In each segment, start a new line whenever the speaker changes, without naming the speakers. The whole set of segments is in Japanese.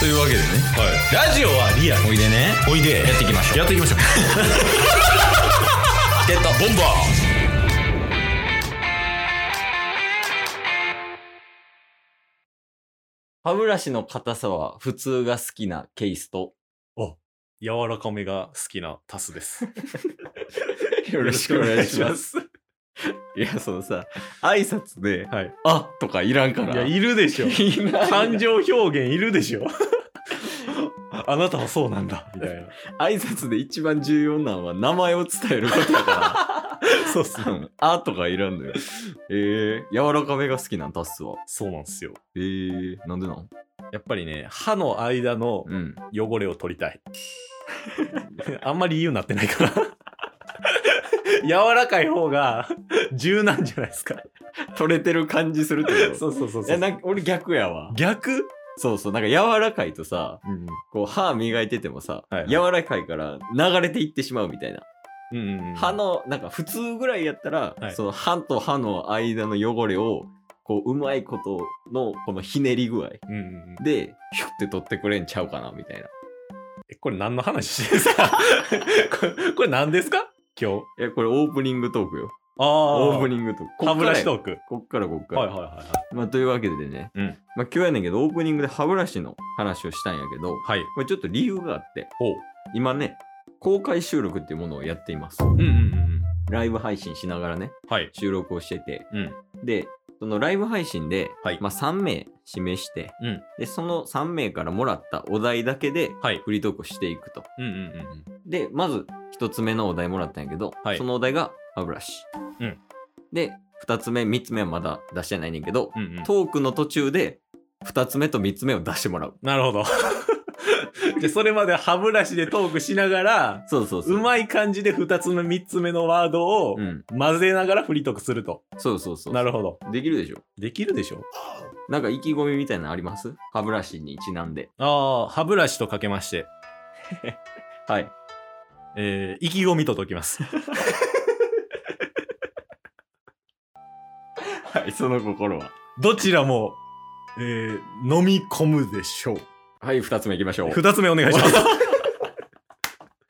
というわけでね
はい。ラジオはリアル。
おいでね
おいで。
やっていきましょう
やっていきましょう。
ゲットボンバ
歯ブラシの硬さは普通が好きなケイ スと。
柔らかめが好きなタスです。
よ。
ろしくお願いします
いや、そのさ、挨拶で、
はい。
あとかいらんから。
いや、いるでしょ。
いない
感情表現いるでし ょ。あなたはそうなんだ。みたいな。
挨拶で一番重要なのは名前を伝えることだか
そうっ す
ら。うんあとかいらんのよ。えー、柔らかめが好きなんタッスは。
そうなんですよ。
えー、なんでなん
やっぱりね、歯の間の
うん。
汚れを取りたい。 あんまり理由になってない から。柔らかい方が柔軟じゃないですか。
取れてる感じするってこと
う そうそう
いやなんか俺逆やわ。
逆
そうそう。なんか柔らかいとさ、
うん
こう歯磨いててもさ、
はいはい
柔らかいから流れていってしまうみたいな。
うんうん。
歯のなんか普通ぐらいやったら、
はい
その歯と歯の間の汚れをこううまいことのこのひねり具合
うんうんうん。
でヒュッて取ってくれんちゃうかなみたいな。
え、これ何の話してるんですか これ、これ何ですか今日。
いやこれオープニングトークよ。
ああ
オープ
ン
ニングトーク。
グ。歯ブラシ
こ
トーク。
っからよこっか
は
らこっから。
いはいはい
まあ、というわけでね、
うん
まあ、今日やねんけどオープニングで歯ブラシの話をしたんやけど
はい。はい。
これちょっと理由があって
ほう。
今ね公開収録っていうものをやっています。
うんうんうんうん。
ライブ配信しながらね
はい。
収録をしてて
うん。
でそのライブ配信で、
はい
まあ、3名示して、
うん
でその3名からもらったお題だけで
はい。
フリートークをしていくと
うんうんうん
でまず1つ目のお題もらったんやけど、
はい
そのお題が歯ブラシ、
うん
で2つ目3つ目はまだ出してないねんけど、
うん。うんうん。
トークの途中で2つ目と3つ目を出してもらう
なるほど。 じゃあそれまで歯ブラシでトークしながら、
そうそうそう
うまい感じで2つ目3つ目のワードを
うん
混ぜながらフリートークすると。
そうそうそう
なるほど。
できるでしょ
できるでしょ
なんか意気込みみたいなのあります歯ブラシにちなんで
ああ、歯ブラシとかけまして、
はい
えー、意気込みと解きます。
はいその心は
どちらも、えー、飲み込むでしょう。
はい2つ目いきましょう
二つ目お願いします。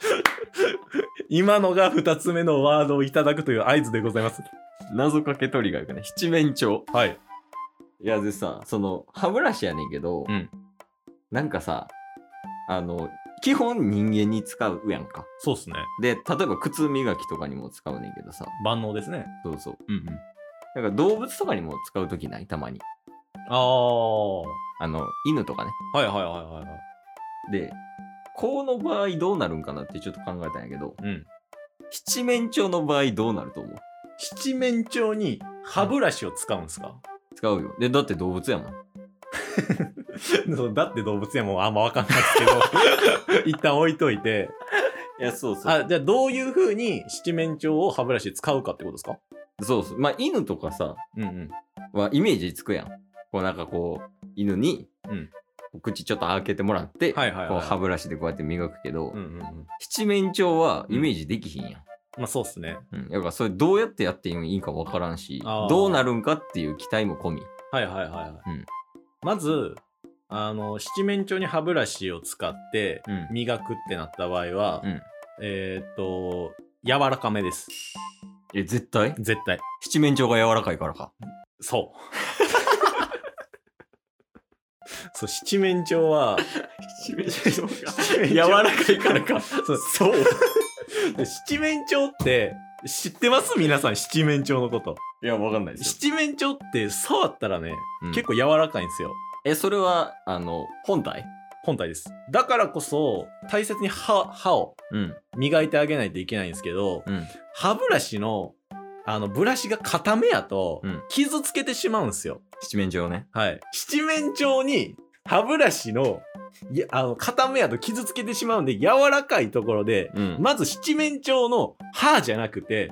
今のが二つ目のワードをいただくという合図でございます。
謎かけトリガーがね七面鳥
はい。
いやでさその歯ブラシやねんけど、
うん
なんかさあの基本人間に使うやんか
そうっすね。
で例えば靴磨きとかにも使うねんけどさ
万能ですね。
そうそう
うんうん。
なんか動物とかにも使う時ないたまに
ああ。は
あの犬とかね
いはいはいはいはい。
でこうの場合どうなるんかなってちょっと考えたんやけど
うん。
七面鳥の場合どうなると思う
七面鳥に歯ブラシを使うんすか、
使うよでだって動物やもん
そうだって動物園もあんまわかんないですけ ど、一旦置いといて。
いやそうそ
あ、じゃあどういう風に七面鳥を歯ブラシで使うかってことですか
そうそうまあ犬とかさ
うんうん。
はイメージつくやん。こうなんかこう犬に、
うん
口ちょっと開けてもらって、
はいはいはい
こう歯ブラシでこうやって磨くけど、
うんうんうん。
七面鳥は
うん
イメージできひんやん。
まあそうっすね。
うんだからそれどうやってやっていいんかわからんし
あー
どうなるんかっていう期待も込み。
はいはいはいはい。
うん
まず、あの、七面鳥に歯ブラシを使って
うん
磨くってなった場合は、
うん
えーっと、柔らかめです。
え絶対
絶対。
七面鳥が柔らかいからか。
そう。 そう、七面鳥は、
七面鳥が
面鳥
柔らかいからか。
そう。で七面鳥って、知ってます皆さん、七面鳥のこと。
いやわかんないです
七
よ。
面鳥って触ったらね、
うん
結構柔らかいんですよ。
えそれはあの本体
本体です。だからこそ、大切に歯、歯を
うん
磨いてあげないといけないんですけど、
うん
歯ブラシのあのブラシが固めやと
うん
傷つけてしまうんですよ。
七面鳥ね。
はい。七面鳥に歯ブラシのいやあの固めやと傷つけてしまうんで柔らかいところで、
うん
まず七面鳥の歯じゃなくて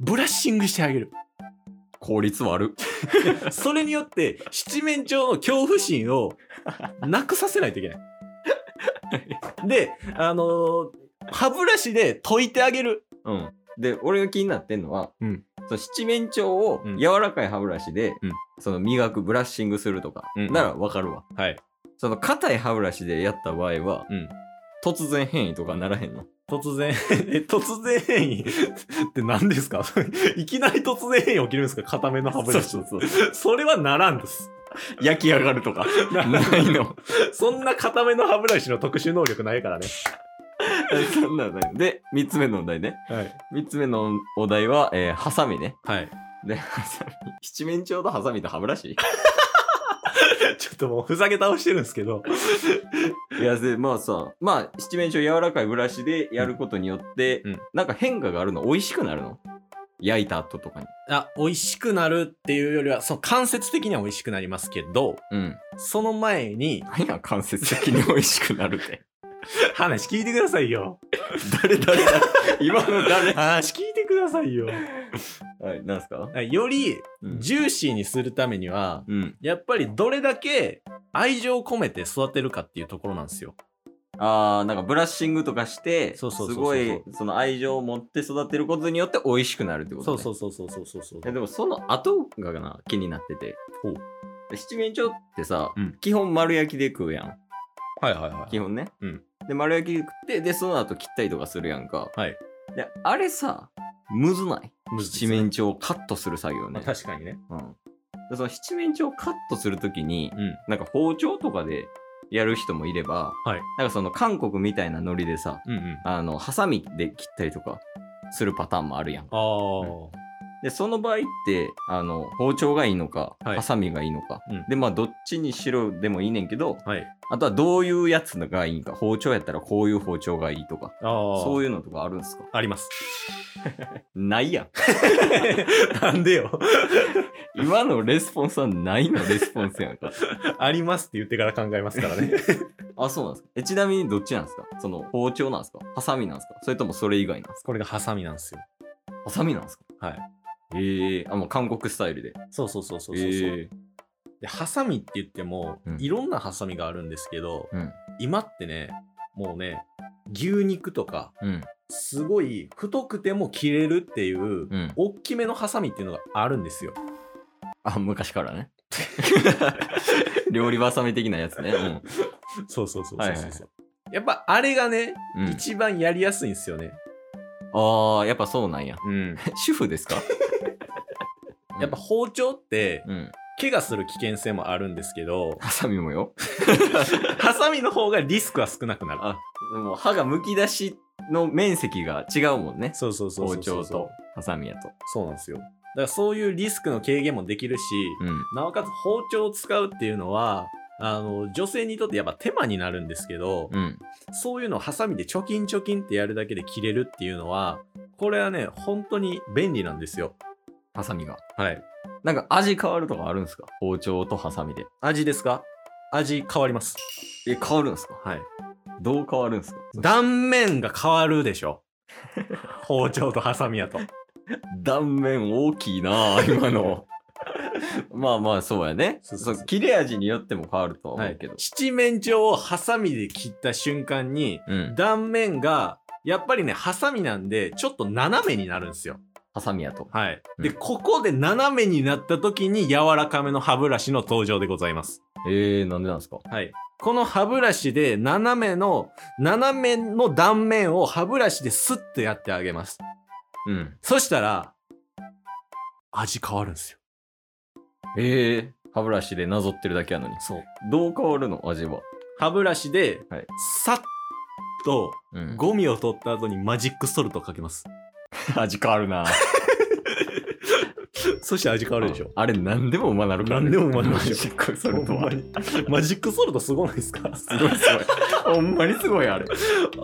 ブラッシングしてあげる。
効率悪。
それによって七面鳥の恐怖心をなくさせないといけない。で、あのー歯ブラシで溶いてあげる。
うん。で、俺が気になってんのは、
うん
その七面鳥を
うん
柔らかい歯ブラシで、
うん
その磨く、ブラッシングするとか、
うん
ならわかるわ。
はい。
その硬い歯ブラシでやった場合は、
うん
突然変異とかならへんの
突然 え突然変異って何ですか いきなり突然変異起きるんですか固めの歯ブラシ
そうそう
それはならん です
焼き上がるとか
な
ないの
そんな固めの歯ブラシの特殊能力ないからね
そんなんないで3つ目のお題ね
はい
3つ目のお題は、えーハサミね
はい
でハサミ七面鳥とハサミと歯ブラシ
ちょっともうふざけ倒してるんですけど
いやでまあさまあ七面鳥柔らかいブラシでやることによって、
うん
なんか変化があるの美味しくなるの焼いた後とかに
あ美味しくなるっていうよりはその間接的には美味しくなりますけど
うん
その前に
何や間接的に美味しくなるって
話聞いてくださいよ
誰誰誰 今の 誰
話聞いてくださいよ
はいなんすか
より
うん
ジューシーにするためには
うん
やっぱりどれだけ愛情を込めて育てるかっていうところなんですよ
あーなんかブラッシングとかして
そうそうそう
す
そう
ごいその愛情を持って育てることによって美味しくなるってこと、
そ
ね、
うそううそうそうそうそうそう
でもその後がな気になってて
ほ
七面鳥ってさ、
うん
基本丸焼きで食うやん
はいはいは
基本ね、
うん
で丸焼きで食ってでその後切ったりとかするやんか
はい
であれさむずない
むずい
七面鳥をカットする作業
ま
ね
あ、確かにね
うん、でその七面鳥をカットするときに
うん
なんか包丁とかでやる人もいれば、
はい
なんかその韓国みたいなノリでさ、
うんうん
あの、ハサミで切ったりとかするパターンもあるやん。
あー
で、その場合って、あの、包丁がいいのか、
はい
ハサミがいいのか。
うん
で、まあ、どっちにしろでもいいねんけど、
はい
あとはどういうやつがいいんか、包丁やったらこういう包丁がいいとか、
あー
そう
いう
いうのとかあるんすか
あります
ないやん。
なんでよ
今のレスポンスはないのレスポンスやんか。
ありますって言ってから考えますから ね
あ、そうなんですか。え、ちなみにどっちなんですかその包丁なんですかハサミなんですかそれともそれ以外なんですか
これがハサミなんですよ
ハサミなんですか
はい。
ええあ、もう韓国スタイルで。
そうそうそうそうそうそう、
ええ
でハサミって言っても、
うん
いろんなハサミがあるんですけど、
うん
今ってねもうね牛肉とか
うん。
すごい太くても切れるっていう、
うん。
大きめのハサミっていうのがあるんですよ。
あ、昔からね。 料理ばさみ的なやつね。うん
そうそうそうそうそう、
はいはいはい
やっぱあれがね、
うん。
一番やりやすいんですよね。
ああ、やっぱそうなんや。
うん。
主婦 ですか
やっぱ、包丁って
うん。
怪我する危険性もあるんですけど、
ハサミもよ。
ハサミの方がリスクは少なくなる。
あ、でも歯がむき出しの面積が違うもんね。
そうそうそうそ
包
うそう。
丁とハサミやと。
そうなんですよ。だからそういうリスクの軽減もできるし、
うん。
なおかつ包丁を使うっていうのは、あの、女性にとってやっぱ手間になるんですけど、
うん。
そういうのをハサミでチョキンチョキンってやるだけで切れるっていうのは、これはね、本当に便利なんですよ。
ハサミが。
はい。
なんか味変わるとかあるんですか包丁とハサミで。
味ですか味変わります。
え、変わるんですか
はい。
どう変わるんですか
断面が変わるでし ょ。包丁とハサミやと。
断面大きいな あ今の。まあまあ、そうやね。
そうそうそう
そう切れ味によっても変わるとは
はい
思
う
けど。。
七面鳥をハサミで切った瞬間に、
うん。
断面が、やっぱりね、ハサミなんで、ちょっと斜めになるんですよ。
ハサミやと。
はい。で、
うん
ここで斜めになった時に柔らかめの歯ブラシの登場でございます。
ええー、なんでなんですか
はい。この歯ブラシで斜めの、斜めの断面を歯ブラシでスッとやってあげます。
うん。
そしたら、味変わるんですよ。
ええー、歯ブラシでなぞってるだけやのに。
そう。
どう変わるの味は。
歯ブラシで
はい、
さっと
うん。
ゴミを取った後にマジックソルトかけます。
味変わるなあ
そして味変わるでしょ。
あれ、何でもうまなるから、ね。
何でもうまなるでしょ
マジかそれと
ほんま
は。
にマジックソルトすごないですか
すごいすごい。ほんまにすごい、あれ。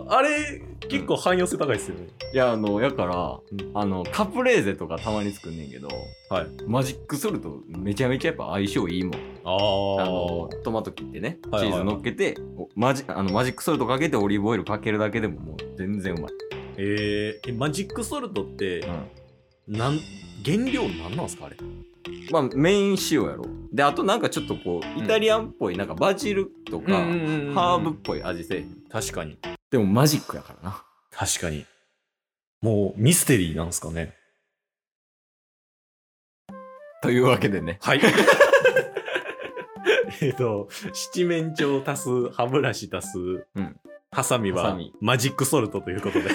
あれ、結構汎用性高いですよね。
いや、あの、やから、
うん
あの、カプレーゼとかたまに作んねんけど、
はい。
マジックソルトめちゃめちゃやっぱ相性いいもん。
あー
あのトマト切ってねチ
はいはい
ーズ乗っけて、おマジあのマジックソルトかけてオリーブオイルかけるだけでももう全然うまい、
えー、えマジックソルトって、なん、原料なんなんですかあれ。
まあメイン塩やろであとなんかちょっとこうイタリアンっぽいなんかバジルとか、ハーブっぽい味せえへん
確かに。
でもマジックやからな
確かに。もうミステリーなんですかね。
というわけでね
はい。 えっと、七面鳥足す、歯ブラシ足す、
ん
ハサミ
ハサ
は
ミ
マジックソルトということで。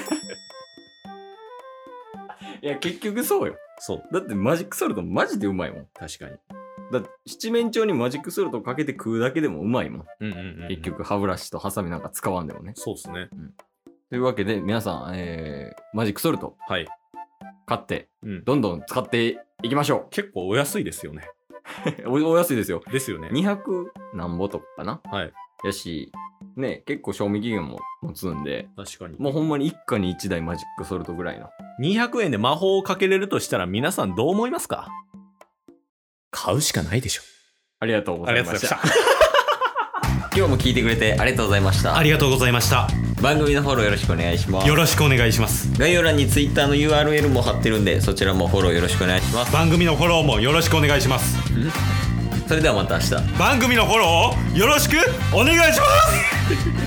いや、結局そうよ。
そう。
だってマジックソルトマジでうまいもん。
確かに。
だって七面鳥にマジックソルトかけて食うだけでもうまいもん。
うんうん、うん。
結。局歯ブラシとハサミなんか使わんでもね。
そうですね。
というわけで皆さん、えー、マジックソルト
はい。
買って
うん。
どんどん使っていきましょ
結構お安いですよね。
う。 おお安いですよ。
ですよね。
200何ぼとかかな。
はい。
やし、ね、結構賞味期限も持つんで、
確かに。
もうほんまに一家に一台マジックソルトぐらいの。
200円で魔法をかけれるとしたら皆さんどう思いますか買うしかないでしょ。
ありがとうご
あ
ざ
り
い
がとう
ま
ご
し
ざい
た
ま。した。
今日も聞いてくれてありがとうございました
あ。りがとうございました。
番組のフォローよろしくお願いします
よ。ろしくお願いします。
概要欄に Twitter の URL も貼ってるんで、そちらもフォローよろしくお願いします。
番組のフォローもよろしくお願いします。
それではまた明日。
番組のフォローをよろしくお願いします